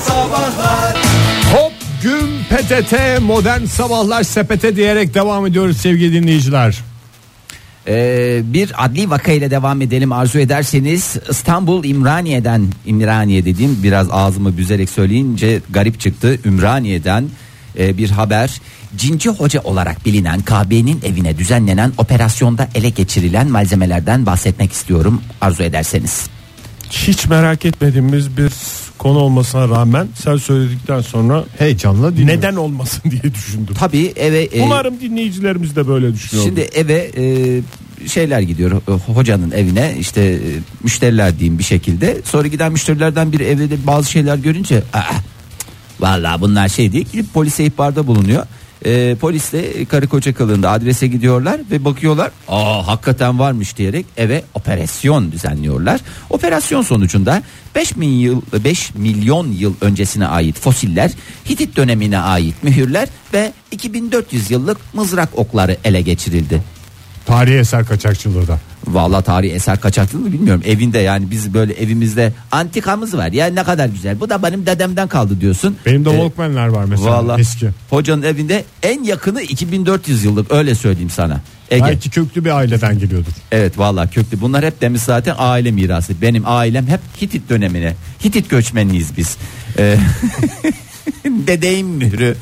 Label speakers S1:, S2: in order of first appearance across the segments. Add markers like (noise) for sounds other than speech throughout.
S1: Sabahlar
S2: Hop gün PTT modern sabahlar sepete diyerek devam ediyoruz sevgili dinleyiciler.
S3: Ee, bir adli vaka ile devam edelim arzu ederseniz İstanbul İmraniye'den İmraniye dediğim biraz ağzımı büzerek söyleyince garip çıktı Ümraniye'den e, bir haber Cinci Hoca olarak bilinen KB'nin evine düzenlenen operasyonda ele geçirilen malzemelerden bahsetmek istiyorum arzu ederseniz.
S4: Hiç merak etmediğimiz bir konu olmasına rağmen sen söyledikten sonra
S2: Heyecanla Ee, dinliyoruz.
S4: neden olmasın diye düşündüm.
S3: Tabii eve e,
S4: Umarım dinleyicilerimiz de böyle düşünüyor.
S3: Şimdi eve e, şeyler gidiyor e, hocanın evine işte e, müşteriler diyeyim bir şekilde. Sonra giden müşterilerden biri evde de bazı şeyler görünce "Aa, cık, vallahi bunlar şey diye gidip polise ihbarda bulunuyor. E, polis de karı koca kılığında adrese gidiyorlar ve bakıyorlar aa hakikaten varmış diyerek eve operasyon düzenliyorlar. Operasyon sonucunda 5 milyon yıl 5 milyon yıl öncesine ait fosiller, Hitit dönemine ait mühürler ve 2400 yıllık mızrak okları ele geçirildi.
S2: Tarihi eser kaçakçılığı da.
S3: Vallahi tarihi eser kaçaklı mı bilmiyorum. Evinde yani biz böyle evimizde antikamız var. Ya ne kadar güzel. Bu da benim dedemden kaldı diyorsun.
S2: Benim de
S3: Ee,
S2: Walkman'ler var mesela
S3: Vallahi
S2: eski.
S3: hocanın evinde en yakını 2400 yıllık öyle söyleyeyim sana. Ege.
S2: Belki köklü bir aileden geliyordur.
S3: Evet vallahi köklü. Bunlar hep demiş zaten aile mirası. Benim ailem hep Hitit dönemine. Hitit göçmeniyiz biz. Ee, (laughs) dedeğin mührü.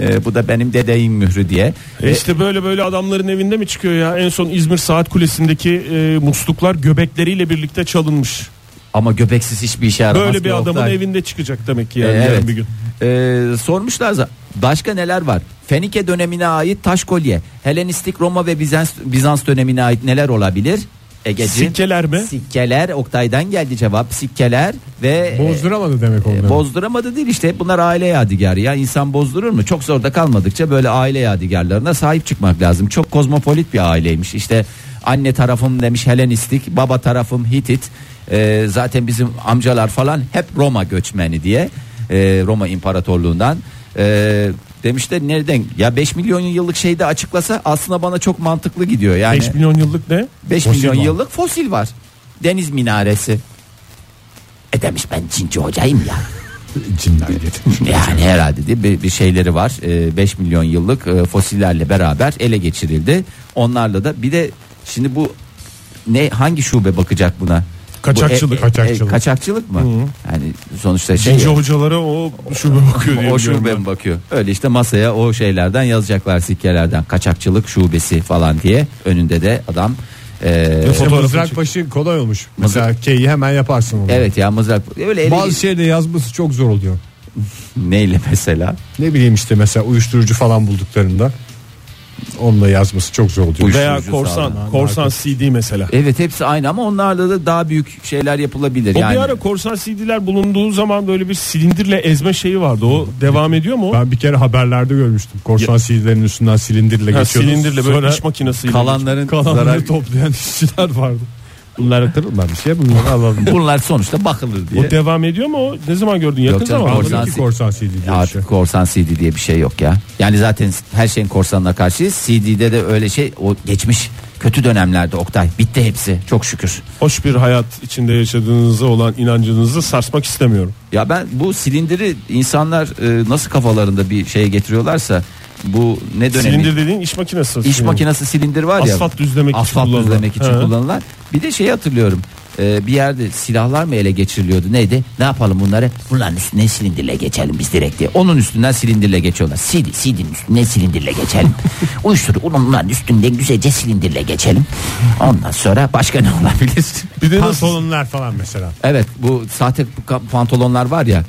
S3: Ee, bu da benim dedeğin mührü diye.
S4: E işte böyle böyle adamların evinde mi çıkıyor ya? En son İzmir Saat Kulesi'ndeki e, musluklar göbekleriyle birlikte çalınmış.
S3: Ama göbeksiz hiçbir işe yaramaz.
S4: Böyle bir
S3: ki
S4: adamın
S3: Oktay.
S4: evinde çıkacak demek
S2: E,
S4: ki yani
S3: Ee,
S4: yarın
S3: evet.
S4: bir gün.
S3: Ee, sormuşlar da başka neler var? Fenike dönemine ait taş kolye, Helenistik Roma ve Bizans Bizans dönemine ait neler olabilir? Egeciğim.
S4: Sikkeler mi?
S3: Sikkeler Oktay'dan geldi cevap. Sikkeler ve
S2: Bozduramadı demek
S3: e,
S2: onları.
S3: bozduramadı değil işte. Bunlar aile yadigarı ya. insan bozdurur mu? Çok zorda kalmadıkça böyle aile yadigarlarına sahip çıkmak lazım. Çok kozmopolit bir aileymiş. İşte anne tarafım demiş Helenistik, baba tarafım Hitit. Ee, zaten bizim amcalar falan hep Roma göçmeni diye. Ee, Roma İmparatorluğundan. Ee, demişler nereden? Ya 5 milyon yıllık şeyde açıklasa aslında bana çok mantıklı gidiyor. Yani
S4: 5 milyon yıllık ne?
S3: 5
S2: Fosil
S3: milyon
S2: var.
S3: yıllık fosil var. Deniz minaresi. E demiş ben Çinci hocayım ya.
S2: Cinler getirmiş.
S3: Yani herhalde de bir, bir şeyleri var. 5 milyon yıllık e, fosillerle beraber ele geçirildi. Onlarla da bir de şimdi bu ne hangi şube bakacak buna?
S4: Kaçakçılık,
S3: Bu e- e-
S2: kaçakçılık.
S3: e, kaçakçılık mı? Yani sonuçta şey.
S4: Cinci hocalara o şube bakıyor diye
S3: o
S4: biliyorum
S3: şube
S4: ben.
S3: mi bakıyor? Öyle işte masaya o şeylerden yazacaklar sikkelerden. Kaçakçılık şubesi falan diye. Önünde de adam e,
S2: E,
S4: Fotoğrafı
S2: Mızrak
S4: çek-
S2: başı kolay olmuş. Mesela K'yi hemen yaparsın onu.
S3: Evet ya mızrak. Öyle ele-
S2: Bazı şeyde yazması çok zor oluyor.
S3: Neyle mesela?
S2: Ne bileyim işte mesela uyuşturucu falan bulduklarında onunla yazması çok zor oluyor.
S3: Uyuşturucu
S4: Veya korsan,
S3: sağlanan
S4: korsan CD mesela.
S3: Evet hepsi aynı ama onlarla da daha büyük şeyler yapılabilir.
S4: O
S3: yani
S4: bir ara korsan CD'ler bulunduğu zaman böyle bir silindirle ezme şeyi vardı. O devam ediyor mu?
S2: Ben bir kere haberlerde görmüştüm. Korsan CD'lerin üstünden silindirle
S4: Ha,
S2: geçiyordu.
S4: silindirle böyle
S2: Sonra
S4: iş makinesiyle.
S3: kalanların
S2: kalanları
S3: zarar...
S2: toplayan işçiler vardı. Bunlar hatırlar bir şey bunları alalım.
S3: Bunlar sonuçta bakılır diye.
S4: O devam ediyor mu? O ne zaman gördün? Yakın
S3: canım,
S4: zaman.
S3: korsan
S2: korsan,
S3: CD.
S2: korsan CD diye
S3: Ya
S2: bir şey.
S3: Artık korsan CD diye bir şey yok ya. Yani zaten her şeyin korsanına karşı CD'de de öyle şey o geçmiş kötü dönemlerde Oktay bitti hepsi çok şükür.
S4: Hoş bir hayat içinde yaşadığınızı olan inancınızı sarsmak istemiyorum.
S3: Ya ben bu silindiri insanlar e, nasıl kafalarında bir şeye getiriyorlarsa bu ne dönemi?
S4: Silindir dediğin iş makinesi.
S3: İş makinesi silindir var ya.
S4: Asfalt düzlemek için
S3: asfalt
S4: kullanılan.
S3: düzlemek için
S4: He.
S3: kullanılan. Bir de şey hatırlıyorum. e, bir yerde silahlar mı ele geçiriliyordu neydi ne yapalım bunları bunların üstüne silindirle geçelim biz direkt diye onun üstünden silindirle geçiyorlar CD CD'nin üstüne silindirle
S4: (laughs)
S3: geçelim uyuşturucu bunların üstünden güzelce silindirle geçelim ondan sonra başka ne olabilir (laughs)
S4: Bir de nasıl?
S2: Pantolonlar falan mesela.
S3: evet bu sahte ka- pantolonlar var ya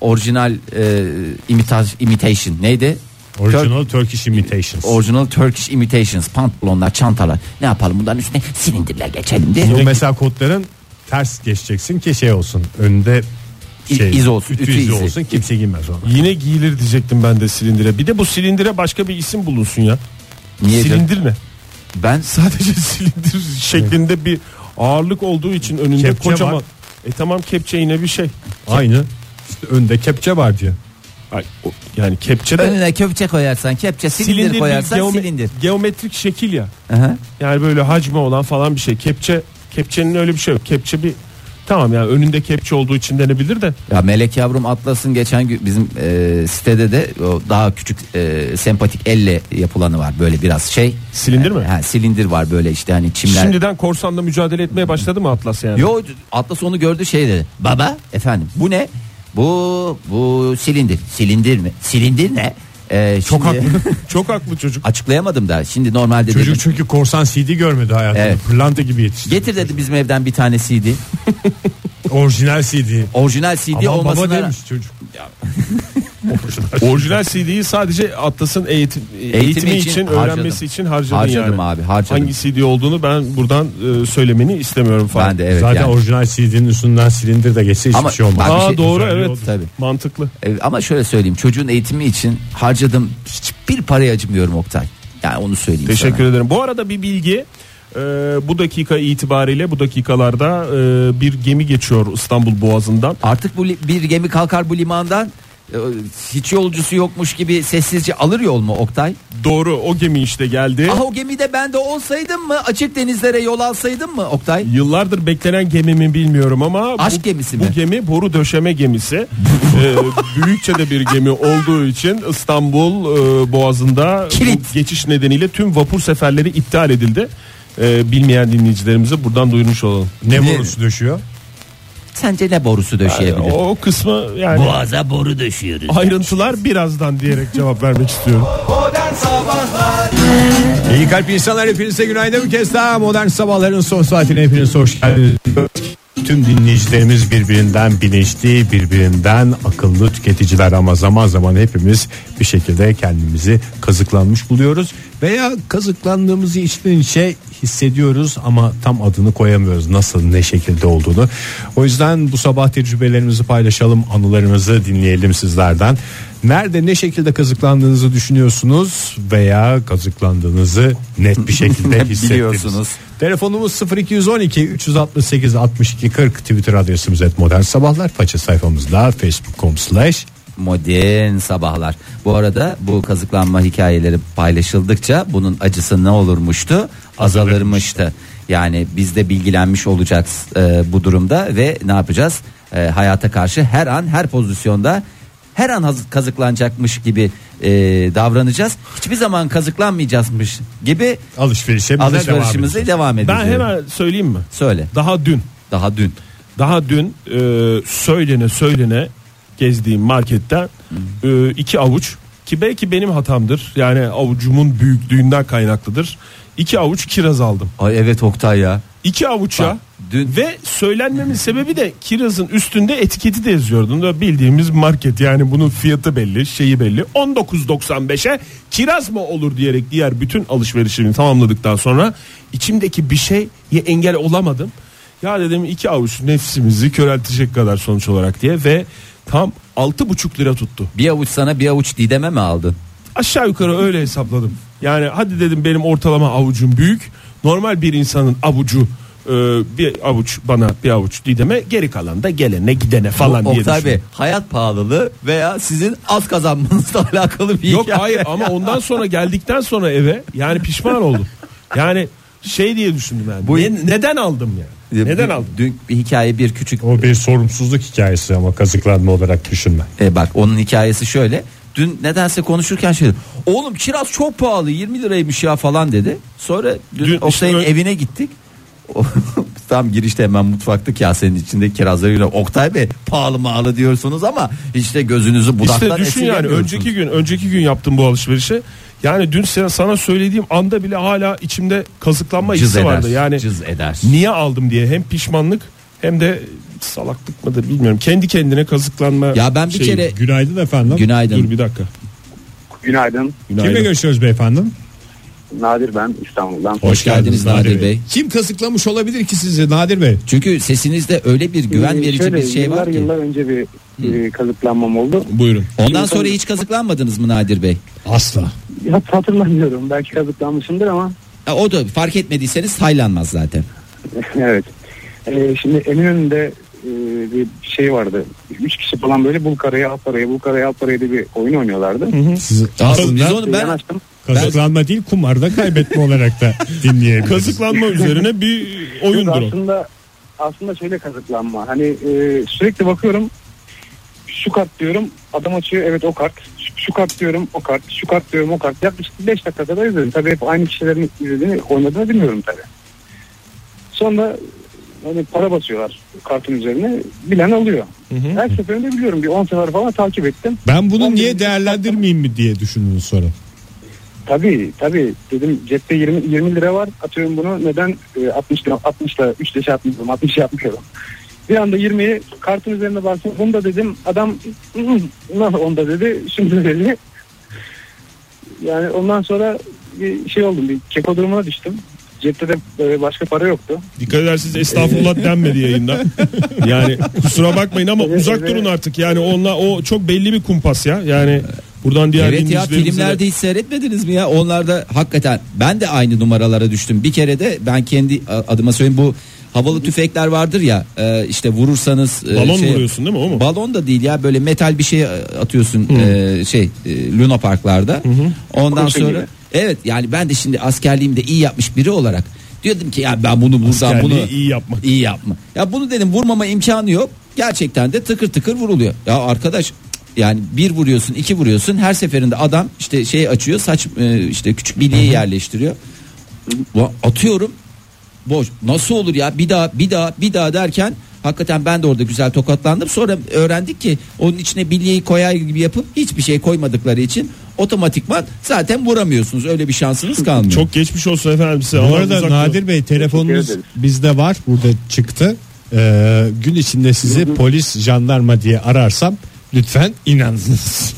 S3: orijinal e, imita- imitation neydi Kör-
S2: Original Turkish Imitations.
S3: Original Turkish Imitations pantolonlar çantalar ne yapalım bunların üstüne silindirler geçelim diye
S2: Bu mesela kodların ters geçeceksin ki şey olsun. Önde
S3: İ-
S2: şey,
S3: iz olsun,
S2: Ütü,
S3: ütü
S2: izi
S3: izi.
S2: olsun kimse girmez ona.
S4: Yine giyilir diyecektim ben de silindire. Bir de bu silindire başka bir isim bulunsun ya.
S3: Niye canım?
S4: silindir ne?
S3: ben
S4: Sadece (laughs) silindir şeklinde bir ağırlık olduğu için önünde
S2: Kepçe
S4: kocaman.
S2: var.
S4: E tamam kepçe yine bir şey.
S2: Aynı. İşte önde kepçe var diye.
S4: Ay, o- yani kepçe de
S3: Önüne köpçe koyarsan kepçe silindir,
S4: bir
S3: koyarsan
S4: geome-
S3: silindir.
S4: Geometrik şekil ya.
S3: Aha.
S4: Yani böyle hacmi olan falan bir şey. Kepçe kepçenin öyle bir şey yok. Kepçe bir Tamam yani önünde kepçe olduğu için denebilir de.
S3: Ya Melek Yavrum Atlas'ın geçen gün bizim e, sitede de o daha küçük e, sempatik elle yapılanı var böyle biraz şey.
S4: Silindir mi?
S3: Ha, silindir var böyle işte hani çimler.
S4: Şimdiden korsanla mücadele etmeye başladı mı Atlas yani?
S3: Yo Atlas onu gördü şey dedi. Baba efendim bu ne? Bu bu silindir. Silindir mi? Silindir ne? Ee,
S2: Çok
S3: şimdi-
S2: haklı.
S4: (laughs) Çok haklı çocuk.
S3: Açıklayamadım da. Şimdi normalde
S2: Çocuk
S3: dedim,
S2: çünkü korsan CD görmedi hayatında.
S3: Evet.
S2: Pırlanta gibi yetişti.
S3: getir dedi bizim evden bir tane CD.
S2: Orijinal CD.
S3: Orijinal CD
S2: Ama baba
S3: olmasına
S2: demiş çocuk. (laughs)
S4: Orijinal CD'yi sadece Atlas'ın eğitim, eğitimi,
S3: için
S4: için,
S3: harcadım.
S4: öğrenmesi için harcadın
S3: Harcadım
S4: yani.
S3: abi, harcadım.
S4: Hangi CD olduğunu ben buradan e, söylemeni istemiyorum falan.
S3: ben de evet
S2: Zaten
S3: yani.
S2: orijinal CD'nin üstünden silindir de geçse hiçbir
S3: Ama
S2: şey olmaz.
S3: bak-
S4: Aa
S3: bir şey-
S4: doğru
S2: Güzel bir
S4: evet.
S2: yol.
S3: Tabii.
S4: Mantıklı.
S3: E, ama şöyle söyleyeyim çocuğun eğitimi için harcadım hiçbir paraya acımıyorum Oktay. Yani onu söyleyeyim
S4: Teşekkür
S3: sana.
S4: ederim. Bu arada bir bilgi. Ee, bu dakika itibariyle bu dakikalarda e, bir gemi geçiyor İstanbul Boğazı'ndan.
S3: Artık bu li- bir gemi kalkar bu limandan e, hiç yolcusu yokmuş gibi sessizce alır yol mu Oktay?
S4: Doğru o gemi işte geldi.
S3: Ah o gemide ben de olsaydım mı açık denizlere yol alsaydım mı Oktay?
S4: Yıllardır beklenen gemi mi bilmiyorum ama
S3: Aşk
S4: bu,
S3: gemisi mi?
S4: bu gemi boru
S3: (laughs)
S4: döşeme gemisi. ee, büyükçe de bir gemi olduğu için İstanbul e, Boğazı'nda bu
S3: Kilit.
S4: geçiş nedeniyle tüm vapur seferleri iptal edildi. Ee, bilmeyen dinleyicilerimize buradan duyurmuş olalım.
S2: Ne borusu döşüyor?
S3: Sence ne borusu döşeyebilir?
S4: Yani o kısmı yani
S3: Boğaza boru döşüyoruz.
S4: ayrıntılar birazdan diyerek cevap vermek istiyorum.
S2: İyi kalp insanlar hepinize günaydın bir kez daha modern sabahların son saatine hepiniz hoş geldiniz. Tüm dinleyicilerimiz birbirinden bilinçli, birbirinden akıllı tüketiciler ama zaman zaman hepimiz bir şekilde kendimizi kazıklanmış buluyoruz. Veya kazıklandığımızı içten içe hissediyoruz ama tam adını koyamıyoruz nasıl ne şekilde olduğunu. O yüzden bu sabah tecrübelerimizi paylaşalım, anılarımızı dinleyelim sizlerden. Nerede ne şekilde kazıklandığınızı düşünüyorsunuz veya kazıklandığınızı net bir şekilde
S3: Biliyorsunuz.
S2: hissediyorsunuz. Telefonumuz 0212 368 62 40 Twitter adresimiz et modern sabahlar faça sayfamızda facebook.com slash
S3: Modern sabahlar. Bu arada bu kazıklanma hikayeleri paylaşıldıkça bunun acısı ne olurmuştu? Azalırmıştı. Yani biz de bilgilenmiş olacağız e, bu durumda ve ne yapacağız? E, hayata karşı her an her pozisyonda her an hazır- kazıklanacakmış gibi e, davranacağız. Hiçbir zaman kazıklanmayacağızmış gibi
S2: alışverişe bize devam edeceğiz.
S3: alışverişimize devam edeceğiz.
S4: Ben hemen söyleyeyim mi?
S3: Söyle.
S4: Daha dün,
S3: Daha dün.
S4: daha dün e, söylene söylene gezdiğim marketten e, iki avuç ki belki benim hatamdır. Yani avucumun büyüklüğünden kaynaklıdır. İki avuç kiraz aldım.
S3: Ay evet Oktay ya.
S4: İki avuç ya.
S3: Bak, dün-
S4: Ve söylenmemin sebebi de kirazın üstünde etiketi de yazıyordu. Da Bildiğimiz market yani bunun fiyatı belli, şeyi belli. 19.95'e kiraz mı olur diyerek diğer bütün alışverişimi tamamladıktan sonra içimdeki bir şeye engel olamadım. Ya dedim iki avuç nefsimizi köreltecek kadar sonuç olarak diye ve tam 6,5 lira tuttu.
S3: Bir avuç sana bir avuç dideme mi aldın?
S4: Aşağı yukarı öyle hesapladım. Yani hadi dedim benim ortalama avucum büyük. Normal bir insanın avucu e, bir avuç bana bir avuç dideme geri kalan da gelene gidene falan
S3: Bu
S4: diye
S3: Oktay Bey
S4: düşündüm.
S3: hayat pahalılığı veya sizin az kazanmanızla (laughs) alakalı bir
S4: Yok
S3: hikaye.
S4: hayır ama ondan sonra geldikten sonra eve yani pişman oldum. Yani şey diye düşündüm yani.
S3: Bu-
S4: Ne- neden aldım yani?
S3: Dün-
S4: Neden aldım?
S3: Dün bir hikaye bir küçük
S2: O bir sorumsuzluk hikayesi ama kazıklanma olarak düşünme.
S3: e, bak onun hikayesi şöyle. Dün nedense konuşurken şey dedi, Oğlum kiraz çok pahalı 20 liraymış ya falan dedi. Sonra dün,
S4: Dün
S3: Oktay'ın
S4: işte ö-
S3: evine gittik. O- (laughs) Tam girişte hemen mutfakta kasenin içinde kirazlarıyla Oktay Bey pahalı mağalı diyorsunuz ama işte gözünüzü budaktan
S4: İşte düşün yani
S3: esirgemiyorsunuz.
S4: önceki gün önceki gün yaptım bu alışverişi. Yani dün sen- sana söylediğim anda bile hala içimde kazıklanma
S3: cız
S4: hissi
S3: eder,
S4: vardı. Yani
S3: cız eder.
S4: niye aldım diye hem pişmanlık hem de salaklık mıdır bilmiyorum. Kendi kendine kazıklanma.
S3: Ya ben bir
S4: şeyi.
S3: kere
S2: Günaydın efendim.
S3: Şey, günaydın.
S4: Dur bir dakika.
S1: Günaydın.
S4: Günaydın.
S2: Kimle görüşüyoruz beyefendi?
S1: Nadir ben İstanbul'dan.
S3: Hoş geldiniz Nadir Bey.
S2: Kim kazıklamış olabilir ki sizi Nadir Bey?
S3: Çünkü sesinizde öyle bir güven
S1: Ee,
S3: verici
S1: şöyle,
S3: bir şey
S1: yıllar
S3: var ki.
S1: Yıllar önce bir e, kazıklanmam oldu.
S4: Buyurun.
S3: Ondan sonra hiç kazıklanmadınız mı Nadir Bey?
S2: Asla.
S1: Ya, hatırlamıyorum. Belki kazıklanmışımdır ama (laughs)
S3: Ha, o da fark etmediyseniz saylanmaz zaten.
S1: evet. Ee, şimdi Eminönü'nde e, bir şey vardı. Üç kişi falan böyle bul karaya al paraya bul karaya al paraya diye bir oyun oynuyorlardı.
S2: Siz
S3: Aslında biz onu
S1: Ben...
S3: ben
S1: Yanaştım.
S2: kazıklanma değil
S3: (laughs)
S2: kumarda kaybetme olarak da dinleyebiliriz.
S4: Kazıklanma üzerine bir oyundur o.
S1: aslında aslında şöyle kazıklanma. Hani e, sürekli bakıyorum şu kart diyorum adam açıyor evet o kart. Şu- Şu kart diyorum o kart. Şu kart diyorum o kart. Yaklaşık 5 dakika kadar izledim. Tabii hep aynı kişilerin izlediğini oynadığını bilmiyorum tabii. Sonra hani para basıyorlar kartın üzerine. Bilen alıyor. Her seferinde biliyorum bir 10 sefer falan takip ettim.
S2: Ben bunu
S1: Ben
S2: niye
S1: de-
S2: değerlendirmeyeyim mi diye düşündün sonra.
S1: Tabii tabii dedim cepte 20, 20 lira var atıyorum bunu neden e, 60 lira 60 lira 3 lira şey yapmıyorum 60 şey yapmıyorum. Bir anda 20'yi kartın üzerine bastım bunu da dedim adam "Hı, nasıl onda dedi şimdi (laughs) dedi. Yani ondan sonra bir şey oldum bir keko durumuna düştüm. Cepte de e, başka para yoktu.
S4: Dikkat edersiniz estağfurullah denmedi yayında. Yani kusura bakmayın ama
S1: Evet,
S4: uzak
S1: evet.
S4: durun artık. Yani onunla o çok belli bir kumpas ya. Yani buradan diğer
S3: evet ya
S4: dinleyicilerimize de-
S3: filmlerde hiç seyretmediniz mi ya? Onlarda hakikaten ben de aynı numaralara düştüm. Bir kere de ben kendi a- adıma söyleyeyim bu havalı tüfekler vardır ya e, işte vurursanız e,
S4: Balon vuruyorsun değil mi o mu?
S3: Balon da değil ya böyle metal bir şey atıyorsun e, şey e, Luna Parklarda. Ondan
S1: Kurşun
S3: sonra
S1: gibi.
S3: evet yani ben de şimdi askerliğimde iyi yapmış biri olarak diyordum ki ya ben bunu buradan
S4: Askerliği
S3: bunu
S4: iyi yapmak.
S3: İyi yapma. Ya bunu dedim vurmama imkanı yok. Gerçekten de tıkır tıkır vuruluyor. Ya arkadaş cık, yani bir vuruyorsun iki vuruyorsun her seferinde adam işte şey açıyor saç e, işte küçük bilyeyi yerleştiriyor. Va- Atıyorum boş nasıl olur ya bir daha bir daha bir daha derken hakikaten ben de orada güzel tokatlandım. Sonra öğrendik ki onun içine bilyeyi koyar gibi yapıp hiçbir şey koymadıkları için otomatikman zaten vuramıyorsunuz. Öyle bir şansınız kalmıyor.
S4: Çok geçmiş olsun efendim size.
S2: Bu
S4: Ama
S2: arada
S4: uzak durun.
S2: Nadir Bey telefonunuz
S1: Teşekkür ederiz.
S2: bizde var burada çıktı. Ee, gün içinde sizi polis jandarma diye ararsam lütfen inanınız.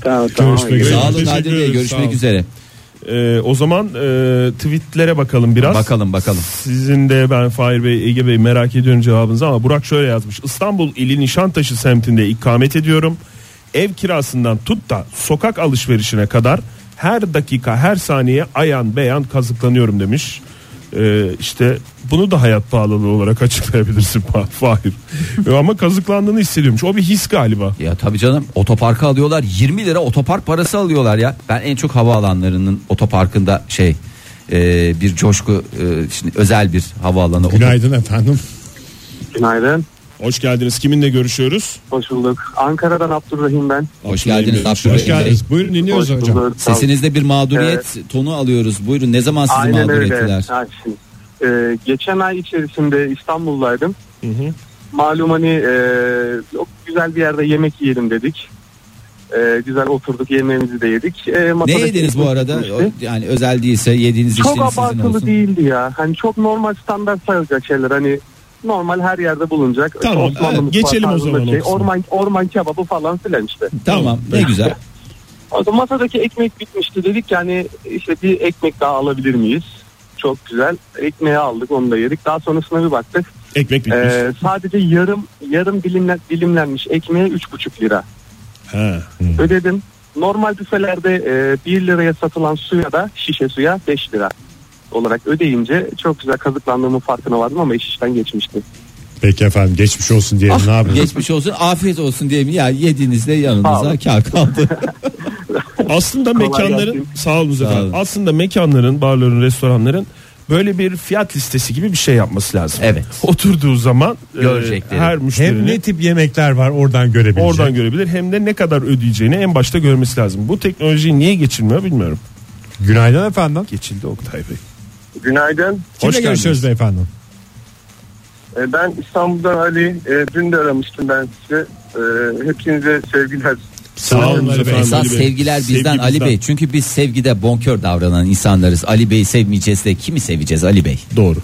S1: Tamam tamam.
S2: Görüşmek üzere.
S3: Sağ olun
S4: Teşekkür
S3: Nadir Bey
S4: ederiz, sağ
S3: görüşmek
S4: olun.
S3: üzere.
S4: Ee, o zaman e, tweetlere bakalım biraz.
S3: Bakalım bakalım.
S4: Sizin de ben Fahir Bey, Ege Bey merak ediyorum cevabınızı ama Burak şöyle yazmış. İstanbul ili Nişantaşı semtinde ikamet ediyorum. Ev kirasından tut da sokak alışverişine kadar her dakika her saniye ayan beyan kazıklanıyorum demiş. Ee, işte bunu da hayat pahalılığı olarak açıklayabilirsin Fa- (laughs) Fahir. ama kazıklandığını hissediyormuş. O bir his galiba.
S3: Ya tabii canım otoparka alıyorlar 20 lira otopark parası alıyorlar ya. Ben en çok havaalanlarının otoparkında şey e, bir coşku e, şimdi özel bir havaalanı.
S2: Günaydın efendim.
S1: Günaydın.
S4: Hoş geldiniz. Kiminle görüşüyoruz?
S1: Hoş bulduk. Ankara'dan Abdurrahim ben.
S3: Hoş geldiniz Abdurrahim
S2: Hoş
S3: Bey.
S2: geldiniz. Buyurun dinliyoruz hocam.
S3: Sesinizde bir mağduriyet tonu alıyoruz. Buyurun ne zaman sizi
S1: Aynen
S3: mağdur
S1: öyle.
S3: ettiler?
S1: Ha, şimdi, e, geçen ay içerisinde İstanbul'daydım. Malum hani e, çok güzel bir yerde yemek yiyelim dedik. E, güzel oturduk yemeğimizi de yedik. E, masada
S3: Ne yediniz bu arada?
S1: gitmişti.
S3: O- Yani özel değilse yediğiniz
S1: Çok
S3: içtiğiniz sizin
S1: abartılı
S3: olsun.
S1: değildi ya. Hani çok normal standart sayılacak şeyler. Hani normal her yerde bulunacak.
S4: Tamam,
S1: Osmanlı
S4: evet,
S1: mutfağı
S4: geçelim o
S1: tarzında
S4: zaman o
S1: Şey,
S4: kısmı.
S1: orman, orman kebabı falan filan işte.
S3: Tamam ne güzel.
S1: O zaman masadaki ekmek bitmişti dedik yani işte bir ekmek daha alabilir miyiz? Çok güzel. Ekmeği aldık onu da yedik. Daha sonrasına bir baktık.
S4: Ekmek bitmiş.
S1: Ee, sadece yarım yarım dilimle, dilimlenmiş ekmeğe 3,5 lira
S4: Ha.
S1: ödedim. Normal büfelerde e, 1 liraya satılan suya da şişe suya 5 lira olarak ödeyince çok güzel kazıklandığımın farkına vardım ama iş işten geçmişti.
S2: Peki efendim Ah, geçmiş olsun diye ne yapıyorsunuz?
S3: Geçmiş olsun afiyet olsun diye mi? Ya yediğinizde yanınıza
S1: olun.
S3: kar kaldı.
S4: Aslında
S1: Kolay
S4: mekanların
S1: gelsin.
S4: sağ olun efendim.
S3: olun.
S4: Aslında mekanların, barların, restoranların böyle bir fiyat listesi gibi bir şey yapması lazım.
S3: Evet.
S4: Oturduğu zaman e,
S3: Görecekleri.
S4: her
S2: Hem
S4: müşterinin
S2: ne tip yemekler var oradan görebilecek.
S4: oradan görebilir hem de ne kadar ödeyeceğini en başta görmesi lazım. Bu teknoloji niye geçilmiyor bilmiyorum.
S2: Günaydın efendim.
S4: Geçildi Oktay Bey.
S5: Günaydın.
S4: Hoş
S2: Kimle
S4: geldiniz.
S2: görüşüyoruz beyefendi?
S5: Ee, Ben İstanbul'dan Ali. Ee, Dün de aramıştım ben sizi. Ee, Hepinize sevgiler.
S4: Sağ olun efendim.
S3: Esas
S4: Ali Bey.
S3: sevgiler bizden
S4: Sevgi
S3: Ali Bey. Çünkü biz sevgide bonkör davranan insanlarız. Ali Bey'i sevmeyeceğiz de kimi seveceğiz Ali Bey?
S4: Doğru.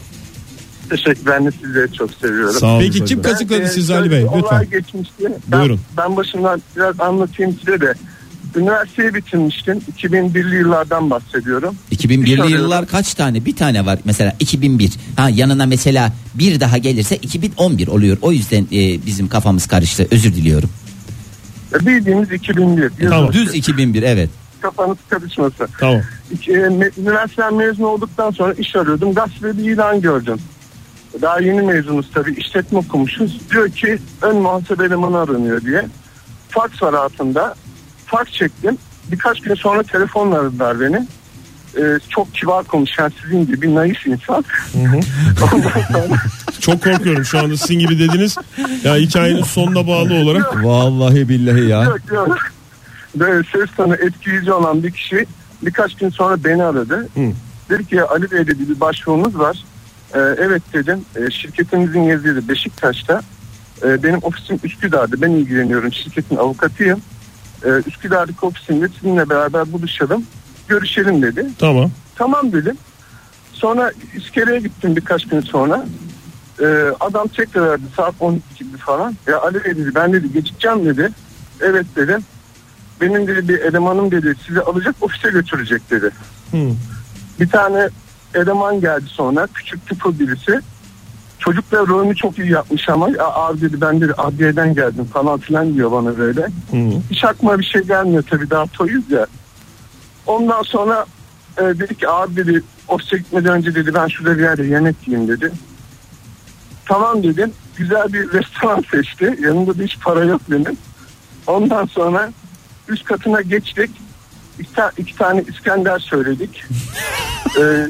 S5: Teşekkür ben de sizi çok seviyorum.
S4: Sağ olun.
S2: Peki kim
S4: efendim.
S2: kazıkladı
S5: Ben,
S2: sizi
S5: e,
S2: Ali Bey?
S5: şöyle bir
S2: Lütfen.
S5: Olay geçmişti. Ben,
S4: Buyurun.
S5: Ben başımdan biraz anlatayım size de. Üniversiteyi bitirmiştim. 2001'li yıllardan bahsediyorum. Bir
S3: 2001'li
S5: tane
S3: yıllar kaç tane? Bir tane var mesela 2001. Ha yanına mesela bir daha gelirse 2011 oluyor. O yüzden e, bizim kafamız karıştı. Özür diliyorum.
S5: E, Bildiğiniz 2001. Yazın.
S3: Düz 2001 evet.
S5: Kafanız karışmasın.
S4: Tamam.
S5: İki- e, me- Üniversiteden mezun olduktan sonra iş arıyordum. Gazetede bir ilan gördüm. Daha yeni mezunuz tabii işletme okumuşuz. Diyor ki ön muhasebe elemanı aranıyor diye. Fax var altında. Fax çektim. Birkaç gün sonra telefonla aradılar beni.
S6: e, çok kibar konuşan sizin gibi naif insan.
S5: (laughs)
S6: Ondan sonra
S4: Çok korkuyorum şu anda sizin gibi dediniz. Ya hikayenin sonuna bağlı olarak
S7: Vallahi billahi ya.
S6: Yok, yok. Böyle ses tonu etkileyici olan bir kişi birkaç gün sonra beni aradı. Dedi ki Ali Bey dedi bir başvurumuz var. Ee, evet dedim. Ee, şirketimizin yeri dedi Beşiktaş'ta. Ee, benim ofisim Üsküdar'da. Ben ilgileniyorum. Şirketin avukatıyım. Ee, Üsküdar'daki ofisimde sizinle beraber buluşalım. Görüşelim dedi.
S4: tamam.
S6: Tamam dedim. Sonra iskeleye gittim birkaç gün sonra. Ee, adam tekrar verdi saat 12 gibi falan. Ya Ali Bey dedi ben dedi geçeceğim dedi. Evet dedim. Benim dedi bir elemanım dedi sizi alacak ofise götürecek dedi. Bir tane eleman geldi sonra küçük tıfıl birisi. Çocukla rolünü çok iyi yapmış ama ya abi dedi ben dedi adliyeden geldim falan filan diyor bana böyle. Hiç aklıma bir şey gelmiyor tabii daha toyuz ya. Ondan sonra e, dedi ki abi dedi ofise gitmeden önce dedi ben şurada bir yerde yemek yiyeyim dedi. Tamam dedim. Güzel bir restoran (laughs) seçti. Yanımda da hiç para yok benim. Ondan sonra üst katına geçtik. İki, ta- iki tane İskender söyledik. Ee,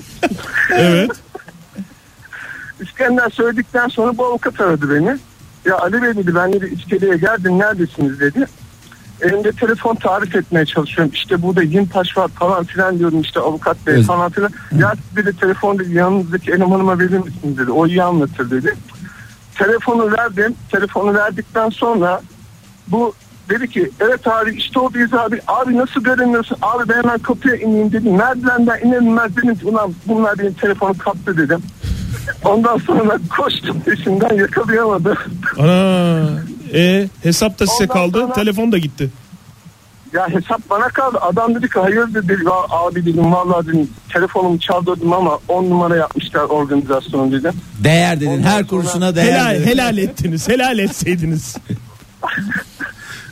S4: Evet.
S6: (laughs) İskender söyledikten sonra bu avukat aradı beni. Ya Ali Bey dedi ben dedi iskeleye geldim neredesiniz dedi. Elimde telefon tarif etmeye çalışıyorum. İşte burada Yintaş var falan filan diyorum işte avukat bey
S7: Öz-
S6: falan filan. Ya dedi telefon dedi yanınızdaki elemanıma verir misiniz dedi. O iyi anlatır dedi. Telefonu verdim. Telefonu verdikten sonra bu dedi ki evet abi işte o biz abi. Abi nasıl görünüyorsun? Abi ben hemen kapıya ineyim dedim. Merdivenden inelim merdivenden. Ulan bunlar benim telefonu kaptı dedim. Ondan sonra koştum peşinden yakalayamadım.
S4: Ana. E hesap da size
S6: Ondan
S4: kaldı.
S6: sonra-
S4: Telefon da gitti.
S6: Ya hesap bana kaldı. Adam dedi ki hayır dedi. Ya abi dedim vallahi dedim, telefonumu çaldırdım ama 10 numara yapmışlar organizasyonu dedim.
S3: Değer dedin.
S6: Ondan
S3: Her
S6: sonra-
S3: kuruşuna değer
S4: Helal
S3: dedin.
S4: helal ettiniz. Helal
S2: (laughs)
S4: etseydiniz.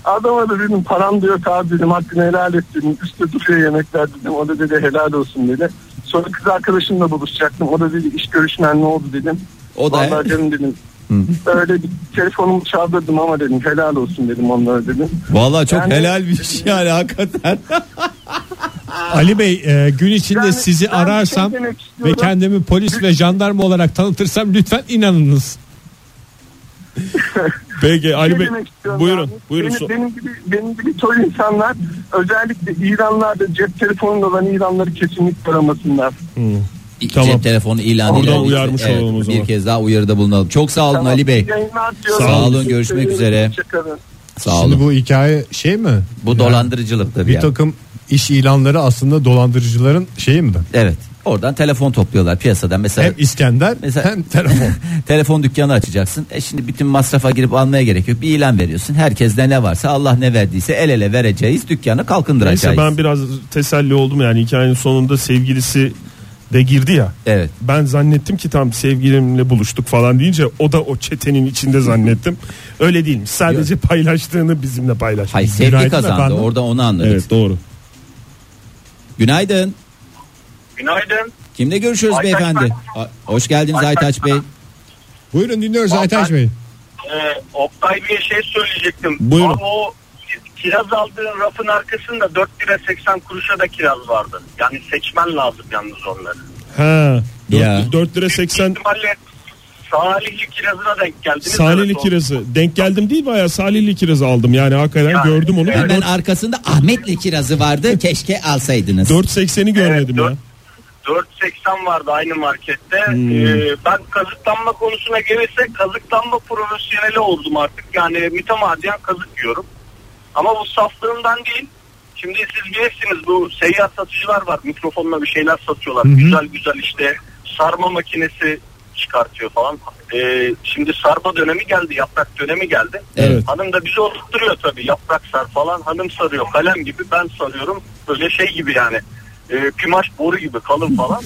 S6: Adama da dedim param diyor abi dedim hakkını helal et dedim. Üstte duruyor yemekler dedim. O da dedi helal olsun dedi. Sonra kız arkadaşımla buluşacaktım. O da dedi iş görüşmen ne oldu dedim.
S3: O da-
S6: Vallahi canım dedim. Öyle bir telefonumu çaldırdım ama dedim helal olsun dedim onlara dedim.
S7: Vallahi çok
S6: Yani-
S7: helal bir şey yani hakikaten.
S2: Ali Bey e, gün içinde
S6: Yani
S2: sizi
S6: ben bir şey
S2: ararsam
S6: demek
S2: ve
S6: istiyorum.
S2: kendimi polis ve jandarma olarak tanıtırsam lütfen inanınız. şey
S4: Peki Ali
S6: Ne
S4: Bey.
S6: demek istiyorum
S4: Buyurun.
S6: abi?
S4: Buyurun.
S6: Benim,
S4: So-
S6: benim gibi benim gibi toy insanlar özellikle İranlarda cep telefonu olan İranları kesinlikle aramasınlar.
S4: Tamam.
S3: Cep telefonu ilanı.
S4: Buradan
S3: ilanı-
S4: uyarmış
S3: Evet,
S4: olalım o zaman.
S3: Bir kez daha uyarıda bulunalım. Çok sağ olun
S6: Tamam,
S3: Ali Bey.
S6: iyi yayınlar diliyorum.
S3: Sağ olun, görüşmek üzere.
S6: Hoşçakalın.
S3: Sağ
S2: Şimdi
S3: olun.
S2: bu hikaye şey mi?
S3: Bu
S2: Yani
S3: dolandırıcılık tabii.
S2: bir
S3: yani.
S2: takım iş ilanları aslında dolandırıcıların şeyi mi?
S3: Evet. Oradan telefon topluyorlar piyasadan. Mesela
S2: Hem İskender
S3: (laughs) Mesela-
S2: hem telefon.
S3: (laughs) telefon dükkanı açacaksın. E şimdi bütün masrafa girip almaya gerek yok. Bir ilan veriyorsun. Herkeste ne varsa Allah ne verdiyse el ele vereceğiz. Dükkanı kalkındıracağız.
S4: Neyse ben biraz teselli oldum yani hikayenin sonunda sevgilisi de girdi ya.
S3: Evet.
S4: Ben zannettim ki tam sevgilimle buluştuk falan deyince o da o çetenin içinde zannettim. Öyle değilmiş. Sadece paylaştığını bizimle paylaşmış.
S3: Hayır sevgi
S4: Günaydın
S3: kazandı.
S4: efendim.
S3: Orada onu anladık.
S4: Evet doğru.
S3: Günaydın.
S8: Günaydın.
S3: Kimle görüşüyoruz
S8: Aytaç
S3: beyefendi?
S8: ben.
S3: A- Hoş geldiniz
S8: Aytaç
S3: Aytaç Bey.
S2: Buyurun dinliyoruz Aytaç Bey.
S8: Ee, Oktay Bey'e şey söyleyecektim.
S4: Buyurun.
S8: Ama o kiraz aldığın rafın arkasında 4 lira 80 kuruşa da kiraz vardı. Yani seçmen lazım yalnız onları.
S4: Ha. 4,
S3: Ya.
S4: lira 80
S8: Büyük ihtimalle Salihli kirazına denk geldiniz.
S4: Salihli
S8: Evet, o-
S4: kirazı. Denk geldim değil bayağı Salihli kirazı aldım. Yani hakikaten
S8: Yani,
S4: gördüm onu.
S8: evet.
S3: Hemen arkasında Ahmet'le kirazı vardı. Keşke alsaydınız.
S4: 4.80'i görmedim
S8: Evet,
S4: ya. Hmm.
S8: 4.80 vardı aynı markette. Ee, ben kazıklanma konusuna gelirse kazıklanma profesyoneli oldum artık. Yani mütemadiyen kazık diyorum. Ama bu saflığımdan değil. Şimdi siz bilirsiniz bu seyyar satıcılar var. Mikrofonla bir şeyler satıyorlar. Güzel güzel işte sarma makinesi çıkartıyor falan. Ee, şimdi sarma dönemi geldi, yaprak dönemi geldi.
S3: Evet.
S8: Hanım da bizi oturtturuyor tabii. Yaprak sar falan. Hanım sarıyor kalem gibi. Ben sarıyorum. Böyle şey gibi yani. E, pimaş boru gibi
S3: (laughs)
S8: kalın falan.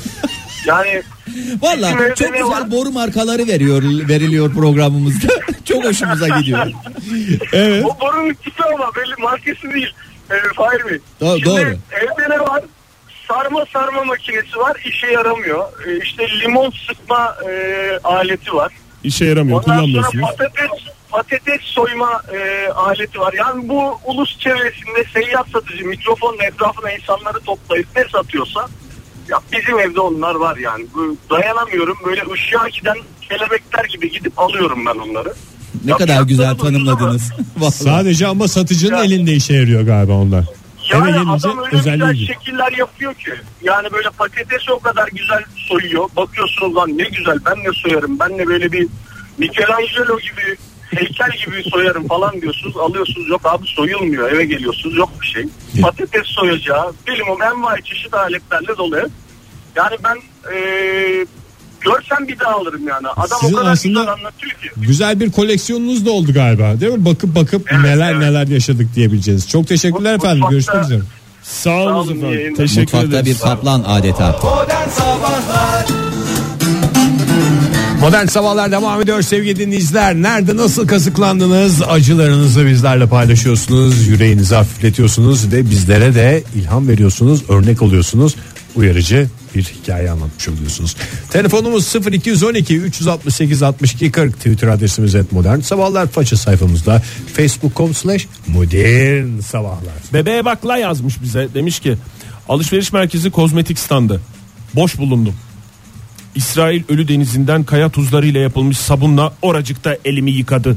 S8: yani
S3: Valla
S8: Bizim evde
S3: çok
S8: ne
S3: güzel
S8: var?
S3: boru markaları veriyor veriliyor programımızda. (laughs) çok hoşumuza gidiyor.
S4: Evet.
S8: o borunun ikisi ama belli markası değil. E, Fahir Bey.
S3: Do-
S8: Şimdi
S3: doğru.
S8: Evde ne var? Sarma sarma makinesi var. işe yaramıyor. E, işte limon sıkma e, aleti var.
S4: İşe yaramıyor.
S8: Ondan sonra
S4: Kullanmıyorsunuz.
S8: patates, patates soyma e, aleti var. Yani bu ulus çevresinde seyyar satıcı mikrofonun etrafına insanları toplayıp ne satıyorsa Ya bizim evde onlar var yani. Bu- Dayanamıyorum böyle ışığa giden kelebekler gibi gidip alıyorum ben onları.
S6: Ne
S8: Ya
S6: kadar
S8: fiyatları
S6: güzel
S8: ucuz
S5: (laughs)
S6: tanımladınız. (laughs) Vallahi.
S2: Sadece ama satıcının
S8: Ya.
S2: elinde işe yarıyor galiba onlar. Eve
S8: Yani
S2: gelince
S8: adam öyle
S2: özelliği
S8: güzel
S2: gibi.
S8: şekiller yapıyor ki. Yani böyle patatesi o kadar güzel soyuyor. Bakıyorsunuz lan ne güzel ben de soyarım. Ben de böyle bir Michelangelo gibi heykel gibi soyarım falan diyorsunuz. Alıyorsunuz yok abi soyulmuyor. Eve geliyorsunuz yok bir şey. Patates soyacağı bilimum envai çeşit aletlerle dolu ev. Yani ben eee görsem bir daha alırım yani. Adam
S2: Sizin
S8: o kadar
S2: aslında-
S8: güzel anlatıyor ki.
S2: Güzel bir koleksiyonunuz da oldu galiba değil mi? Bakıp bakıp
S8: Evet,
S2: neler
S8: evet.
S2: neler yaşadık diyebileceğiz. Çok teşekkürler
S8: Mut-
S2: efendim.
S8: mutfakta-
S2: Görüşmek üzere.
S4: Sağ
S8: Sağ
S4: olun
S8: olun, iyi
S4: efendim.
S8: yayınlar.
S4: Teşekkür
S6: Mutfakta bir
S4: ederiz.
S6: kaplan adeta.
S2: Modern Sabahlar devam ediyor sevgili dinleyiciler. Nerede nasıl kazıklandınız? Acılarınızı bizlerle paylaşıyorsunuz. Yüreğinizi hafifletiyorsunuz ve bizlere de ilham veriyorsunuz. Örnek oluyorsunuz. Uyarıcı bir hikaye anlatmış oluyorsunuz. Telefonumuz 0212 368 62 40 Twitter adresimiz et modern sabahlar faça sayfamızda facebook.com slash modern sabahlar.
S4: Bebeğe bakla yazmış bize. Demiş ki alışveriş merkezi kozmetik standı. Boş bulundum. İsrail Ölü Denizi'nden kaya tuzlarıyla yapılmış sabunla oracıkta elimi yıkadı.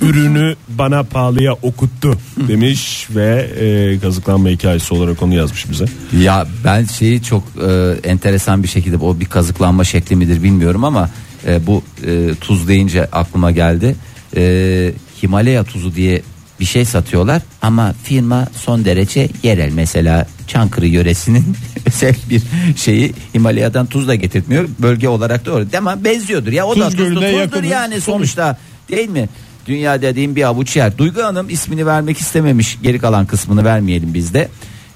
S4: Ürünü bana pahalıya okuttu demiş ve e, kazıklanma hikayesi olarak onu yazmış bize.
S3: Ya ben şeyi çok e, enteresan bir şekilde o bir kazıklanma şekli midir bilmiyorum ama e, bu e, tuz deyince aklıma geldi. E, Himalaya tuzu diye bir şey satıyorlar ama firma son derece yerel mesela Çankırı yöresinin (laughs) özel bir şeyi Himalaya'dan tuz da getirtmiyor. Bölge olarak da öyle ama benziyordur ya o da
S2: Tuz
S3: tuzlu,
S2: gölüne
S3: tuzdur
S2: yakınız.
S3: yani sonuçta değil mi? Dünya dediğim bir avuç yer. Duygu Hanım ismini vermek istememiş. Geri kalan kısmını vermeyelim biz de.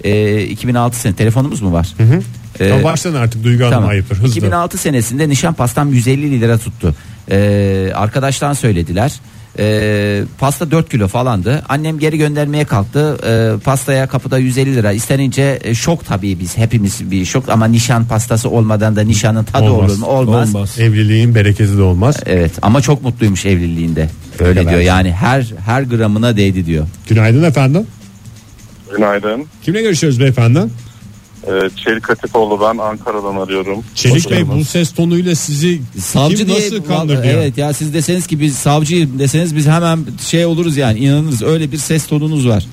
S3: Ee, 2006 sene telefonumuz mu var? Ee, Hı hı.
S2: Tamam baştan artık Duygu Hanım ayıptır hızlı.
S3: 2006 senesinde nişan pastam 150 lira tuttu. Ee, arkadaştan söylediler. Ee, pasta 4 kilo falandı. Annem geri göndermeye kalktı. Ee, pastaya kapıda 150 lira istenince e, şok tabii biz hepimiz bir şok ama nişan pastası olmadan da nişanın tadı
S2: Olmaz.
S3: olur mu? Olmaz.
S2: Evliliğin bereketi de olmaz.
S3: Evet ama çok mutluymuş evliliğinde. Öyle
S2: Helal
S3: diyor
S2: olsun.
S3: yani her her gramına değdi diyor.
S2: Günaydın efendim.
S5: Günaydın.
S2: Kimle görüşüyoruz beyefendi?
S5: Ee, Çelik Hatipoğlu ben Ankara'dan arıyorum.
S2: Çelik Bey bu ses tonuyla sizi
S3: Savcı
S2: kim
S3: diye
S2: nasıl kandırıyor?
S3: Evet ya siz deseniz ki biz savcıyım deseniz biz hemen şey oluruz yani inanırız. Öyle bir ses tonunuz var.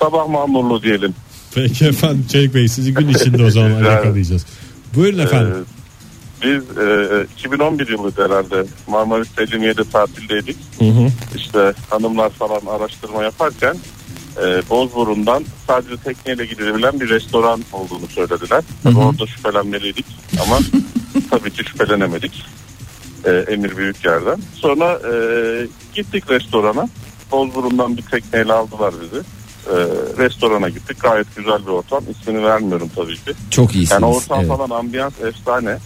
S5: Sabah mamurlu diyelim.
S2: Peki efendim Çelik Bey sizi gün içinde o zaman
S5: Evet.
S2: alakalayacağız. Buyurun efendim.
S5: Ee, biz e, 2011 yılıydı herhalde Marmaris Selimiye'de tatildeydik. İşte hanımlar falan araştırma yaparken e, Bozburun'dan sadece tekneyle gidilebilen bir restoran olduğunu söylediler. Tabii orada şüphelenmeliydik ama tabii ki şüphelenemedik. E, Emir Büyükyer'den. Sonra e, gittik restorana. Bozburun'dan bir tekneyle aldılar bizi. E, restorana gittik. Gayet güzel bir ortam. İsmini vermiyorum tabii ki.
S3: Çok iyisiniz.
S5: Yani ortam
S3: evet.
S5: falan ambiyans efsane.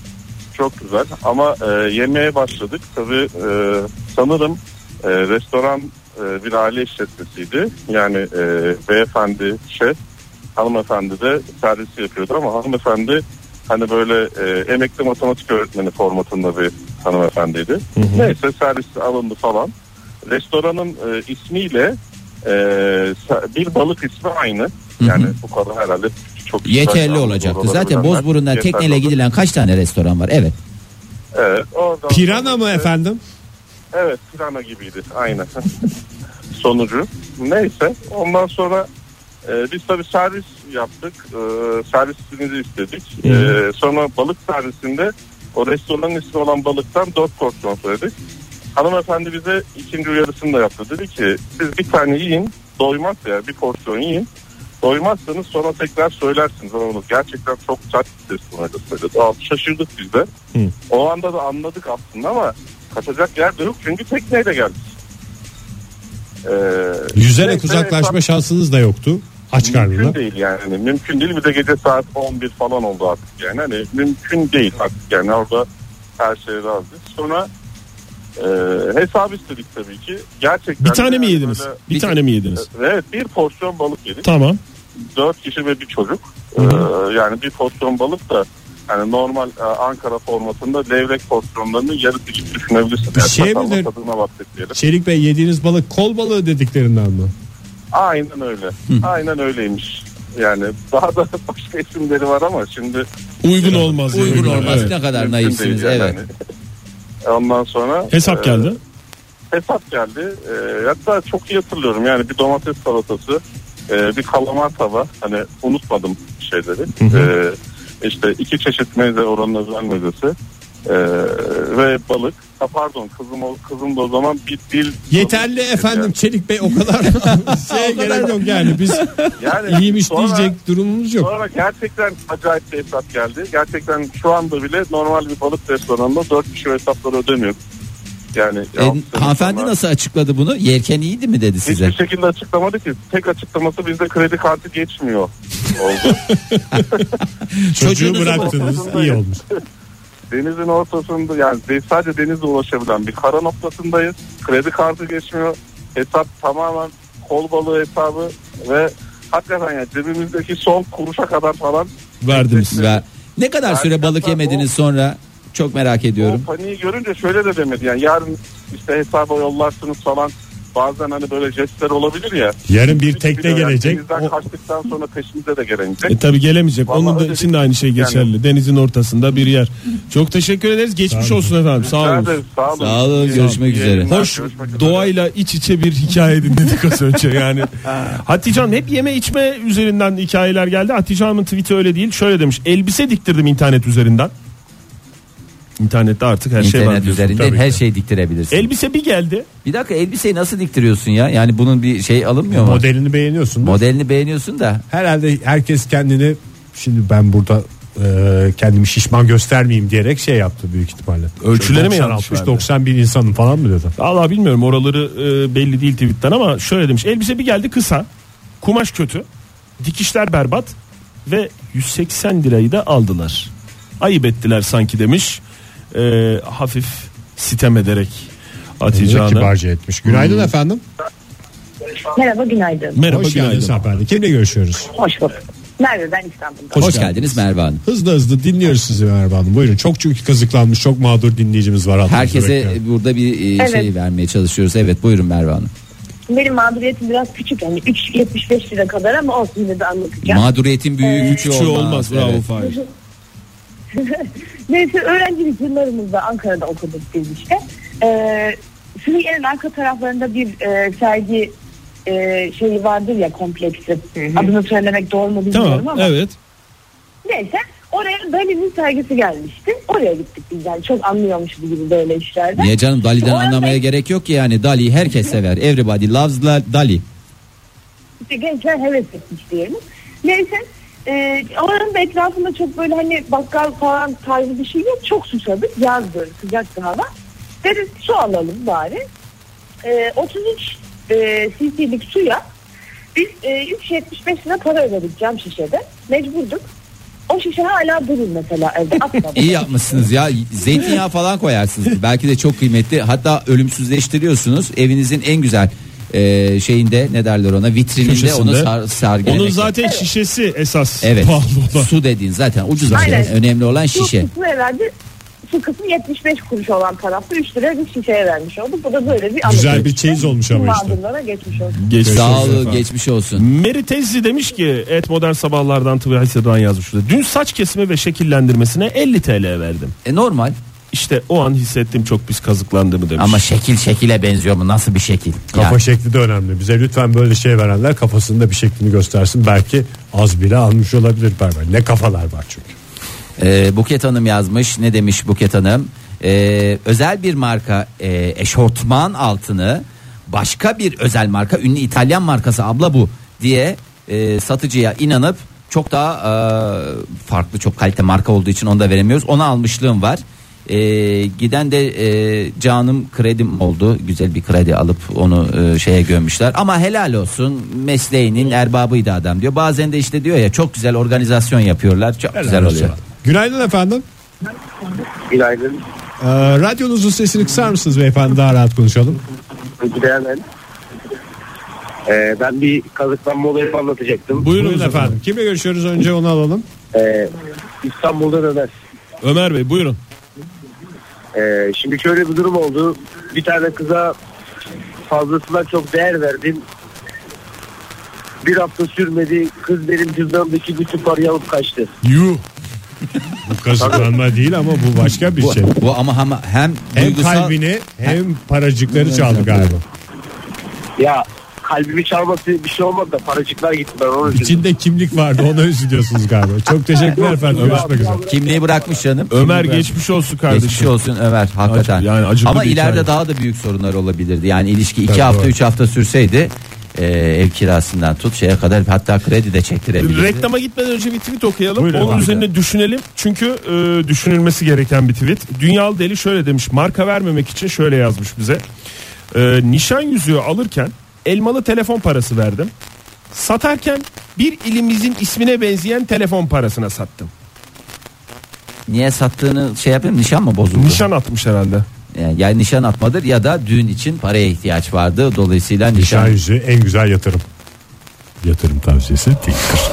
S5: Çok güzel ama e, yemeğe başladık. Tabii e, sanırım e, restoran e, bir aile işletmesiydi. Yani e, beyefendi şef, hanımefendi de servisi yapıyordu ama hanımefendi hani böyle e, emekli matematik öğretmeni formatında bir hanımefendiydi. Neyse servisi alındı falan. Restoranın e, ismiyle e, sa- bir balık ismi aynı. Yani bu kadar herhalde çok güzel
S3: Yeterli
S5: anladı
S3: olacaktı.
S5: oraları
S3: Zaten
S5: bilenler.
S3: Bozburun'dan
S5: Yeterli
S3: tekneyle
S5: oldu.
S3: gidilen kaç tane restoran var? Evet.
S5: Evet, oradan
S2: Pirana mı efendim?
S5: Evet Pirana gibiydi aynen. (laughs) Sonucu. Neyse ondan sonra e, biz tabii servis yaptık. E, servisimizi istedik. E, sonra balık servisinde o restoranın ismi olan balıktan dört porsiyon söyledik. Hanımefendi bize ikinci uyarısını da yaptı. Dedi ki siz bir tane yiyin doymaz ya bir porsiyon yiyin. Doymazsanız sonra tekrar söylersiniz ama onu gerçekten çok sert bir ses tonuyla söyledi. Aa, şaşırdık biz de. O anda da anladık aslında ama kaçacak yer de yok çünkü tekneyle geldik. Ee,
S2: Yüzerek
S5: neyse,
S2: uzaklaşma şansınız da yoktu. Aç karnına.
S5: Mümkün değil yani. Mümkün değil. Bir de gece saat 11 falan oldu artık yani. Hani mümkün değil artık yani. Orada her şey razı. Sonra e, hesap istedik tabii ki. Gerçekten
S4: Bir
S5: de
S4: tane mi
S5: yani
S4: yediniz?
S5: böyle- şey-
S4: Bir tane mi yediniz?
S5: Evet bir porsiyon balık yedik.
S4: Tamam.
S5: Dört kişi ve bir çocuk. Ee, yani bir porsiyon balık da yani normal e, Ankara formatında levrek porsiyonlarını yarısı gibi düşünebilirsin.
S2: Bir
S5: Yani
S2: şey
S5: çatalla
S2: midir?
S5: tadına baktık diyelim.
S2: Çelik Bey yediğiniz balık kol balığı dediklerinden mi?
S5: (laughs) Aynen öyle. Aynen öyleymiş. Yani daha da başka isimleri var ama şimdi
S4: Uygun olmaz. yani.
S3: Uygun olmaz
S4: Evet.
S3: ne kadar naifsiniz
S5: Mümkün değil
S3: evet.
S5: yani. (laughs) Ondan sonra
S4: Hesap
S5: e,
S4: geldi.
S5: hesap geldi. Ee, hatta çok iyi hatırlıyorum yani bir domates salatası, e, bir kalamar tava. Hani unutmadım şeyleri. Ee, işte iki çeşit meze oranın özel mezesi. Ee, ve balık. Ha, pardon kızım o- kızım da o zaman bir dil.
S2: Yeterli efendim Çelik Bey o kadar (laughs) şeye gerek yok yani biz (laughs)
S5: Yani
S2: iyiymiş
S5: sonra-
S2: diyecek durumumuz yok.
S5: Sonra gerçekten acayip bir hesap geldi. Gerçekten şu anda bile normal bir balık restoranında dört kişi o hesapları ödemiyor. Yani
S3: E,
S5: ya,
S3: hanımefendi
S5: sonra-
S3: nasıl açıkladı bunu? Yerken iyiydi mi dedi size?
S5: Hiçbir şekilde açıklamadı ki. Tek açıklaması bizde kredi
S3: (laughs)
S5: kartı geçmiyor oldu.
S2: Çocuğu
S3: Çocuğunuzu
S2: bıraktınız iyi olmuş.
S5: Denizin ortasında yani de- sadece denizle ulaşabilen bir kara noktasındayız. Kredi kartı geçmiyor. Hesap tamamen kol balığı hesabı ve hakikaten yani cebimizdeki son kuruşa kadar falan
S4: Verdiniz.
S3: Ve ne kadar süre balık
S5: Arkadaşlar,
S3: yemediniz sonra? Çok merak ediyorum.
S5: o paniği görünce şöyle de demedi. Yani yarın işte hesaba yollarsınız falan bazen hani böyle jestler olabilir ya.
S2: Yarın bir tekne
S5: de yani
S2: gelecek.
S5: Denizden
S2: O-
S5: kaçtıktan sonra peşimize de gelemeyecek.
S4: E tabi gelemeyecek.
S5: Vallahi
S4: Onun da
S5: öyle
S4: için
S5: bir-
S4: de aynı şey geçerli. Denizin ortasında bir yer. Çok teşekkür ederiz. Geçmiş olsun efendim. Sağ olun.
S5: Nerede? Sağ olun.
S3: Sağ olun,
S5: İyi
S3: görüşmek
S5: yayınlar,
S3: üzere.
S4: Hoş
S5: görüşmek üzere.
S4: doğayla iç içe bir hikaye dinledik az
S3: (laughs)
S4: önce yani. Hatice Hanım hep yeme içme üzerinden hikayeler geldi. Hatice Hanım'ın tweet'i öyle değil. Şöyle demiş. Elbise diktirdim internet üzerinden. İnternette artık her şey var.
S3: İnternet
S4: diyorsun.
S3: üzerinden
S4: Tabii
S3: her şey-
S4: ki.
S3: şeyi diktirebilirsin.
S4: Elbise bir geldi.
S3: bir dakika elbiseyi nasıl diktiriyorsun ya? Yani bunun bir şey alınmıyor mu?
S2: Modelini beğeniyorsun. değil mi?
S3: Modelini beğeniyorsun da.
S2: Herhalde herkes kendini şimdi ben burada e, kendimi şişman göstermeyeyim diyerek şey yaptı büyük ihtimalle.
S4: Ölçüleri mi
S2: 90,
S4: yanlış
S2: 60,
S4: verdi?
S2: 90 bin insanım falan mı dedi?
S4: Valla bilmiyorum oraları e, belli değil tweetten ama şöyle demiş. Elbise bir geldi kısa. Kumaş kötü. Dikişler berbat. Ve 180 lirayı da aldılar. Ayıp ettiler sanki demiş. E, hafif sitem ederek Hatice
S2: Bunu
S4: Hanım.
S2: kibarca etmiş. Günaydın efendim.
S9: Merhaba günaydın.
S4: Merhaba
S2: Hoş
S4: günaydın.
S2: geldiniz hanımefendi. Kimle görüşüyoruz?
S9: Hoş bulduk. Merve ben İstanbul'da.
S3: Hoş,
S2: Hoş
S3: geldiniz. Merve Hanım.
S2: Hızlı hızlı dinliyoruz sizi Merve Hanım. Buyurun. Çok çünkü kazıklanmış, çok mağdur dinleyicimiz var. altımızda
S3: Herkese
S2: bekliyorum.
S3: burada bir e,
S9: Evet.
S3: şey vermeye çalışıyoruz. Evet buyurun Merve Hanım.
S9: Benim mağduriyetim biraz küçük yani 3.75 lira kadar ama olsun yine de anlatacağım.
S3: Mağduriyetin büyüğü küçüğü
S4: Hiç
S3: olmaz.
S4: olmaz. Bravo
S3: Evet.
S4: Fahir.
S9: Neyse öğrencilik yıllarımızda Ankara'da okuduk biz işte. Ee, Sürü yerin arka taraflarında bir e, sergi e, şeyi vardır ya kompleksi. Adını söylemek doğru mu bilmiyorum
S4: Tamam
S9: ama.
S4: evet.
S9: Neyse oraya Dali'nin sergisi gelmişti. Oraya gittik biz yani çok anlıyormuşuz gibi böyle işlerde.
S3: Niye canım Dali'den
S9: Orhan Bey-
S3: anlamaya gerek yok ki yani Dali herkes sever. Everybody loves la- Dali.
S9: İşte gençler heves etmiş diyelim. Neyse e, oranın da etrafında çok böyle hani bakkal falan tarzı bir şey yok. Çok susadık. Yaz böyle sıcaktı hava. Dedik su alalım bari. E, 33 e, cc'lik suya biz e, 3.75 lira para ödedik cam şişede. Mecburduk. O şişe hala durur mesela
S3: (laughs)
S9: evde. Atmadım.
S3: İyi yapmışsınız ya. Zeytinyağı falan koyarsınız. Belki de çok kıymetli. Hatta ölümsüzleştiriyorsunuz. Evinizin en güzel e, şeyinde ne derler ona vitrininde
S4: Köşesinde.
S3: onu sar, sergilemek.
S4: Onun zaten şişesi esas
S3: evet.
S4: pahalı olan.
S3: Su dediğin zaten ucuz bir şey.
S9: Aynen.
S3: Önemli olan şişe.
S9: Su kısmı herhalde su kısmı 75 kuruş olan tarafta 3 lira bir şişeye vermiş olduk. Bu da böyle bir
S2: Güzel bir çeyiz olmuş ama işte.
S9: Mağdurlara geçmiş olsun.
S4: Geçmiş
S3: Sağ
S4: olsun
S3: ol
S4: efendim.
S3: geçmiş olsun.
S4: Meri Tezzi demiş ki et modern sabahlardan Twitter'dan yazmış şurada. Dün saç kesimi ve şekillendirmesine 50 TL verdim.
S3: E, normal
S4: İşte o an hissettim çok biz kazıklandığımı demiş.
S3: ama şekil şekile benziyor mu? Nasıl bir şekil?
S2: Kafa
S3: Ya,
S2: şekli de önemli. Bize lütfen böyle şey verenler kafasında bir şeklini göstersin. Belki az bile almış olabilir Berber. Ne kafalar var çünkü.
S3: e, Buket Hanım yazmış. Ne demiş Buket Hanım? E, özel bir marka e, eşortman altını başka bir özel marka ünlü İtalyan markası abla bu diye e, satıcıya inanıp çok daha e, farklı çok kalite marka olduğu için onu da veremiyoruz. Ona almışlığım var. E, giden de e, canım kredim oldu. Güzel bir kredi alıp onu e, şeye gömmüşler. Ama helal olsun mesleğinin erbabıydı adam diyor. Bazen de işte diyor ya çok güzel organizasyon yapıyorlar. Çok güzel oluyor.
S2: Günaydın efendim.
S5: Günaydın.
S2: Ee, radyonuzun sesini kısar mısınız beyefendi? Daha rahat konuşalım.
S5: Gideyen ben. Ee, ben bir kazıklanma olayı anlatacaktım.
S4: Buyurun,
S2: Buyurun
S4: efendim.
S2: efendim. Kimle görüşüyoruz önce onu alalım.
S5: Ee, İstanbul'da da ben.
S4: Ömer Bey buyurun.
S5: Ee, şimdi şöyle bir durum oldu. Bir tane kıza fazlasından çok değer verdim. Bir hafta sürmedi. Kız benim cüzdanımdaki bütün parayı alıp kaçtı.
S4: You.
S2: Bu kazıklanma değil ama bu başka bir
S3: Bu,
S2: şey.
S3: bu ama hem, hem,
S2: Hem
S3: duygusal
S2: kalbini hem paracıkları çaldı galiba.
S5: Ya kalbimi çalması bir şey olmadı da paracıklar gitti ben onu üzüldüm.
S2: İçinde kimlik vardı ona üzülüyorsunuz galiba. Çok teşekkürler efendim. Görüşmek üzere.
S3: kimliği bırakmış canım.
S4: Ömer
S3: Kimliği
S4: geçmiş olsun
S3: bırakmış.
S4: kardeşim.
S3: Geçmiş olsun Ömer hakikaten.
S4: Acı- yani acıklı
S3: ama
S4: bir
S3: ileride
S4: hikaye.
S3: daha da büyük sorunlar olabilirdi. Yani ilişki iki
S2: Tabii,
S3: hafta
S2: doğru.
S3: üç hafta sürseydi e, ev kirasından tut şeye kadar hatta kredi de çektirebilirdi.
S4: Reklama gitmeden önce bir tweet okuyalım.
S2: Buyurun
S4: Onun
S2: efendim.
S4: üzerine düşünelim. Çünkü e, düşünülmesi gereken bir tweet. Dünyalı Deli şöyle demiş. Marka vermemek için şöyle yazmış bize. E, nişan yüzüğü alırken elmalı telefon parası verdim. Satarken bir ilimizin ismine benzeyen telefon parasına sattım.
S3: Niye sattığını şey yapayım nişan mı bozuldu?
S4: Nişan atmış herhalde.
S3: Yani, yani nişan atmadır ya da düğün için paraya ihtiyaç vardı. Dolayısıyla nişan.
S2: Nişan yüzüğü en güzel yatırım. Yatırım tavsiyesi Tinker.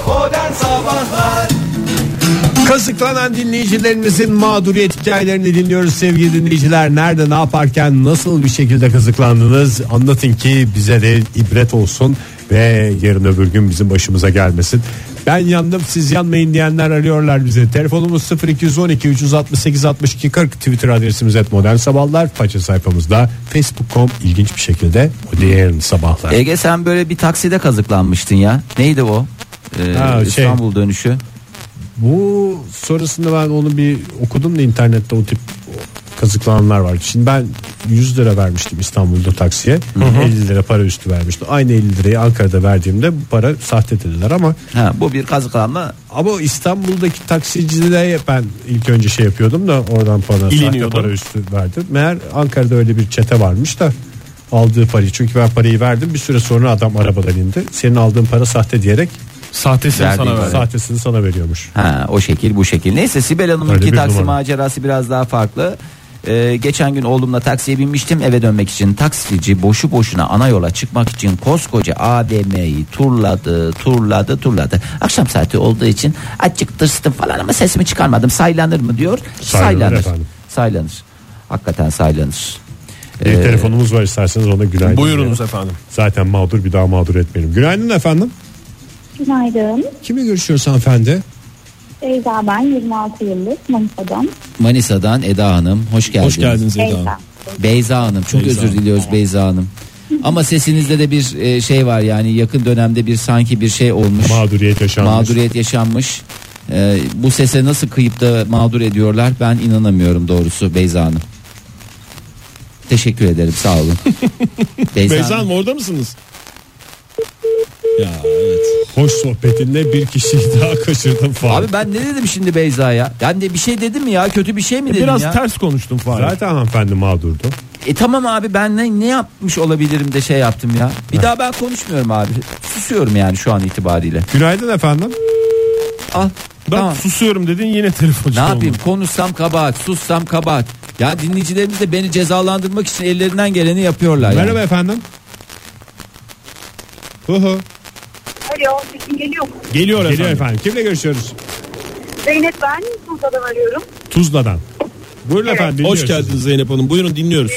S2: Kazıklanan dinleyicilerimizin mağduriyet hikayelerini dinliyoruz sevgili dinleyiciler. Nerede ne yaparken nasıl bir şekilde kazıklandınız anlatın ki bize de ibret olsun ve yarın öbür gün bizim başımıza gelmesin. Ben yandım siz yanmayın diyenler arıyorlar bize. Telefonumuz 0212 368 62 40 Twitter adresimiz et modern sabahlar. Faça sayfamızda facebook.com ilginç bir şekilde modern sabahlar.
S3: Ege sen böyle bir takside kazıklanmıştın ya. Neydi o? Ee,
S2: Ha, şey.
S3: İstanbul dönüşü.
S2: Bu sonrasında ben onu bir okudum da internette o tip kazıklananlar var. Şimdi ben 100 lira vermiştim İstanbul'da taksiye. 50 lira para üstü vermiştim. Aynı 50 lirayı Ankara'da verdiğimde bu para sahte dediler ama
S3: Ha, bu bir kazıklanma.
S2: ama o İstanbul'daki taksicilere ben ilk önce şey yapıyordum da oradan bana sahte
S4: İliniyordu.
S2: para üstü verdi. Meğer Ankara'da öyle bir çete varmış da aldığı parayı çünkü ben parayı verdim bir süre sonra adam arabadan indi. Senin aldığın para sahte diyerek
S4: Sahtesini
S3: Verdiği
S4: sana
S3: para.
S4: verdi.
S2: sahtesini sana veriyormuş.
S3: Ha, o şekil bu şekil. Neyse Sibel
S2: Öyle
S3: Hanım'ınki
S2: bir
S3: taksi
S2: numara.
S3: macerası biraz daha farklı. Ee, geçen gün oğlumla taksiye binmiştim eve dönmek için taksici boşu boşuna ana yola çıkmak için koskoca AVM'yi turladı turladı turladı akşam saati olduğu için açık tırstım falan ama sesimi çıkarmadım saylanır mı diyor
S2: Saylanır
S3: saylanır
S2: efendim.
S3: saylanır hakikaten saylanır
S2: Bir
S3: Ee,
S2: telefonumuz var isterseniz ona günaydın.
S4: Buyurunuz
S2: diyelim.
S4: efendim.
S2: Zaten mağdur bir daha mağdur etmeyelim. Günaydın efendim.
S10: Günaydın.
S2: Kimle görüşüyoruz hanımefendi?
S10: Beyza ben 26 yıllık Manisa'dan.
S3: Manisa'dan Eda Hanım hoş geldiniz.
S6: Hoş geldiniz Eda Hanım.
S10: Beyza.
S3: Beyza Hanım çok
S6: Beyza
S3: özür
S6: Hanım.
S3: diliyoruz Beyza Hanım. Ama sesinizde de bir e, şey var yani yakın dönemde bir sanki bir şey olmuş.
S2: Mağduriyet yaşanmış.
S3: Mağduriyet yaşanmış. E, bu sese nasıl kıyıp da mağdur ediyorlar ben inanamıyorum doğrusu Beyza Hanım. Teşekkür ederim sağ
S4: (laughs)
S3: olun. Beyza,
S4: Beyza
S3: Hanım.
S4: Hanım orada mısınız?
S6: Ya evet.
S2: Hoş sohbetinde bir kişiyi daha kaçırdım falan.
S3: Abi ben ne dedim şimdi Beyza'ya? Ben de bir şey dedim mi ya? Kötü bir şey mi dedim
S4: E, Biraz
S3: ya?
S4: ters konuştum Fahri.
S2: Zaten hanımefendi mağdurdu.
S3: E tamam abi ben ne, ne yapmış olabilirim de şey yaptım ya. Bir daha ben konuşmuyorum abi. Susuyorum yani şu an itibariyle.
S2: Günaydın efendim.
S3: Al.
S4: Bak
S3: tamam.
S4: susuyorum dedin yine
S3: Ne
S4: telefoncu
S3: yapayım? Konuşsam kabahat, sussam kabahat. Ya dinleyicilerimiz de beni cezalandırmak için ellerinden geleni yapıyorlar. yani.
S2: Merhaba efendim. Hı hı.
S11: Alo sesim geliyor mu?
S2: Geliyor, efendim. Kimle görüşüyoruz?
S11: Zeynep ben Tuzla'dan arıyorum.
S2: Tuzla'dan. Buyurun efendim.
S6: Hoş
S2: dinliyoruz
S6: geldiniz Zeynep Hanım. Buyurun dinliyoruz.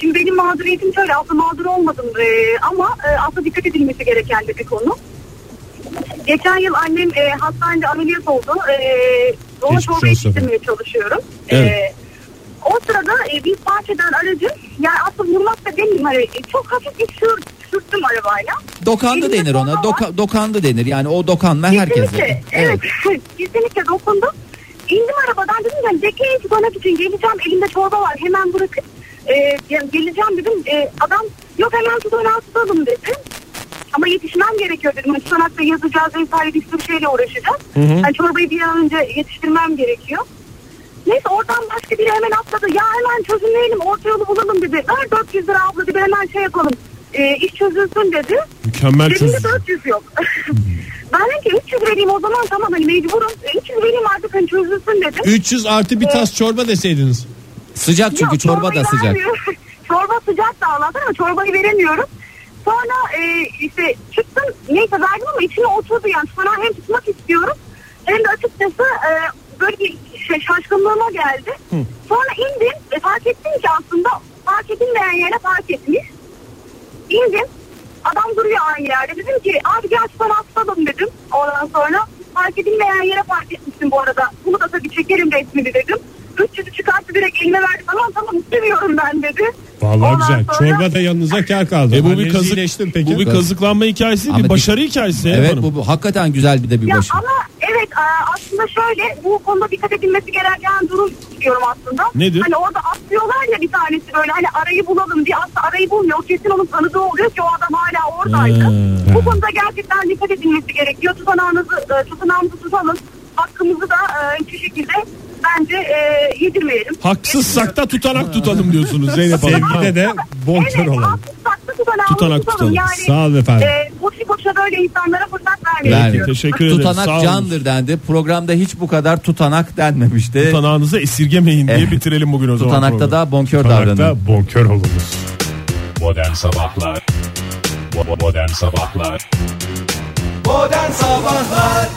S11: Şimdi benim mağduriyetim şöyle aslında mağdur olmadım e, ama e, aslında dikkat edilmesi gereken de bir konu. Geçen yıl annem e, hastanede ameliyat oldu. E, Doğu
S2: Geçmiş
S11: çorba
S2: olsun.
S11: yetiştirmeye çalışıyorum.
S6: Evet.
S11: E, o sırada e, bir park eden aracın yani aslında vurmak da demeyeyim hani e, çok hafif bir sür, sürttüm arabayla.
S3: Dokandı
S11: Elimde
S3: denir ona.
S11: torba var.
S3: Doka- dokandı denir. Yani o dokanma herkese.
S11: Kesinlikle, evet. (laughs) Kesinlikle dokundum. İndim arabadan dedim "Hani yani Zeki'ye çıkmak için geleceğim. Elimde çorba var hemen bırakıp e, yani geleceğim dedim. E, adam yok hemen tutanağı tutalım dedi. Ama yetişmem gerekiyor dedim. Hani tutanakta yazacağız vesaire bir sürü şeyle uğraşacağız. Yani çorbayı bir an önce yetiştirmem gerekiyor. Neyse oradan başka biri hemen atladı. Ya hemen çözümleyelim orta yolu bulalım dedi. Ver 400 lira abla dedi hemen şey yapalım. E, iş çözülsün dedi.
S4: Mükemmel (laughs)
S11: Cebimde
S4: çözücü.
S11: 400 yok. (laughs) ben dedim ki 300 vereyim o zaman tamam hani mecburum. E, 300 vereyim artık hani çözülsün dedim.
S2: 300 artı bir tas çorba deseydiniz.
S3: Sıcak çünkü
S11: Yok,
S3: çorba da
S11: çorbayı
S3: sıcak.
S11: vermiyor. (laughs) çorba sıcak da Allah'tan ama çorbayı veremiyorum. Sonra e, işte çıktım neyse verdim ama içine oturdu yani sana hem tutmak istiyorum hem de açıkçası e, böyle bir şey, şaşkınlığıma geldi. Sonra indim ve fark ettim ki aslında fark edilmeyen yere fark etmiş. İndim adam duruyor aynı yerde dedim ki abi gel sana atladım dedim ondan sonra park edilmeyen yere park etmişsin bu arada. Bunu da tabii çekerim resmini dedim. 300'ü çıkarttı direkt elime verdi. Tamam tamam istemiyorum ben dedi.
S2: Vallahi
S11: Ondan
S2: güzel.
S11: sonra-
S2: Çorba da yanınıza kar kaldı.
S4: E bu bir
S2: Annenizi
S4: kazık,
S2: iyileştin peki.
S4: bu bir kazıklanma hikayesi değil,
S3: Ama
S4: bir başarı hikayesi.
S3: Evet
S4: efendim.
S3: bu, bu hakikaten güzel bir de bir
S11: Ya
S3: başarı.
S11: ama evet e, aslında şöyle bu konuda dikkat edilmesi gereken durum diyorum aslında.
S4: Nedir?
S11: Hani orada atlıyorlar ya bir tanesi böyle hani arayı bulalım diye aslında arayı bulmuyor. O kesin onun tanıdığı oluyor ki o adam hala oradaydı.
S4: Ha.
S11: Bu konuda gerçekten dikkat edilmesi gerekiyor. Tutanağınızı, e, tutanağımızı tutalım. Hakkımızı da e, hiçbir şekilde bence e, yedirmeyelim.
S4: Haksızsak da tutanak tutalım diyorsunuz Zeynep Hanım.
S2: Sevgide de bonkör
S11: Evet,
S2: olalım.
S11: haksızsak da tutanağımızı
S4: Tutanak
S11: tutalım.
S4: tutalım.
S11: Yani,
S2: Sağ olun efendim.
S11: e, boşu boşuna böyle insanlara fırsat vermeyelim.
S3: Yani
S11: diyorum.
S4: Teşekkür ederim.
S3: Tutanak
S4: Sağ olun.
S3: candır dendi. Programda hiç bu kadar tutanak denmemişti.
S4: Tutanağınızı esirgemeyin diye
S3: Evet.
S4: bitirelim bugün o zaman.
S3: Eh, Tutanakta
S4: programı.
S3: da bonkör davranın.
S2: Konakta bonkör olunuz.
S12: Modern Sabahlar Bo- bo- Modern Sabahlar
S8: Modern Sabahlar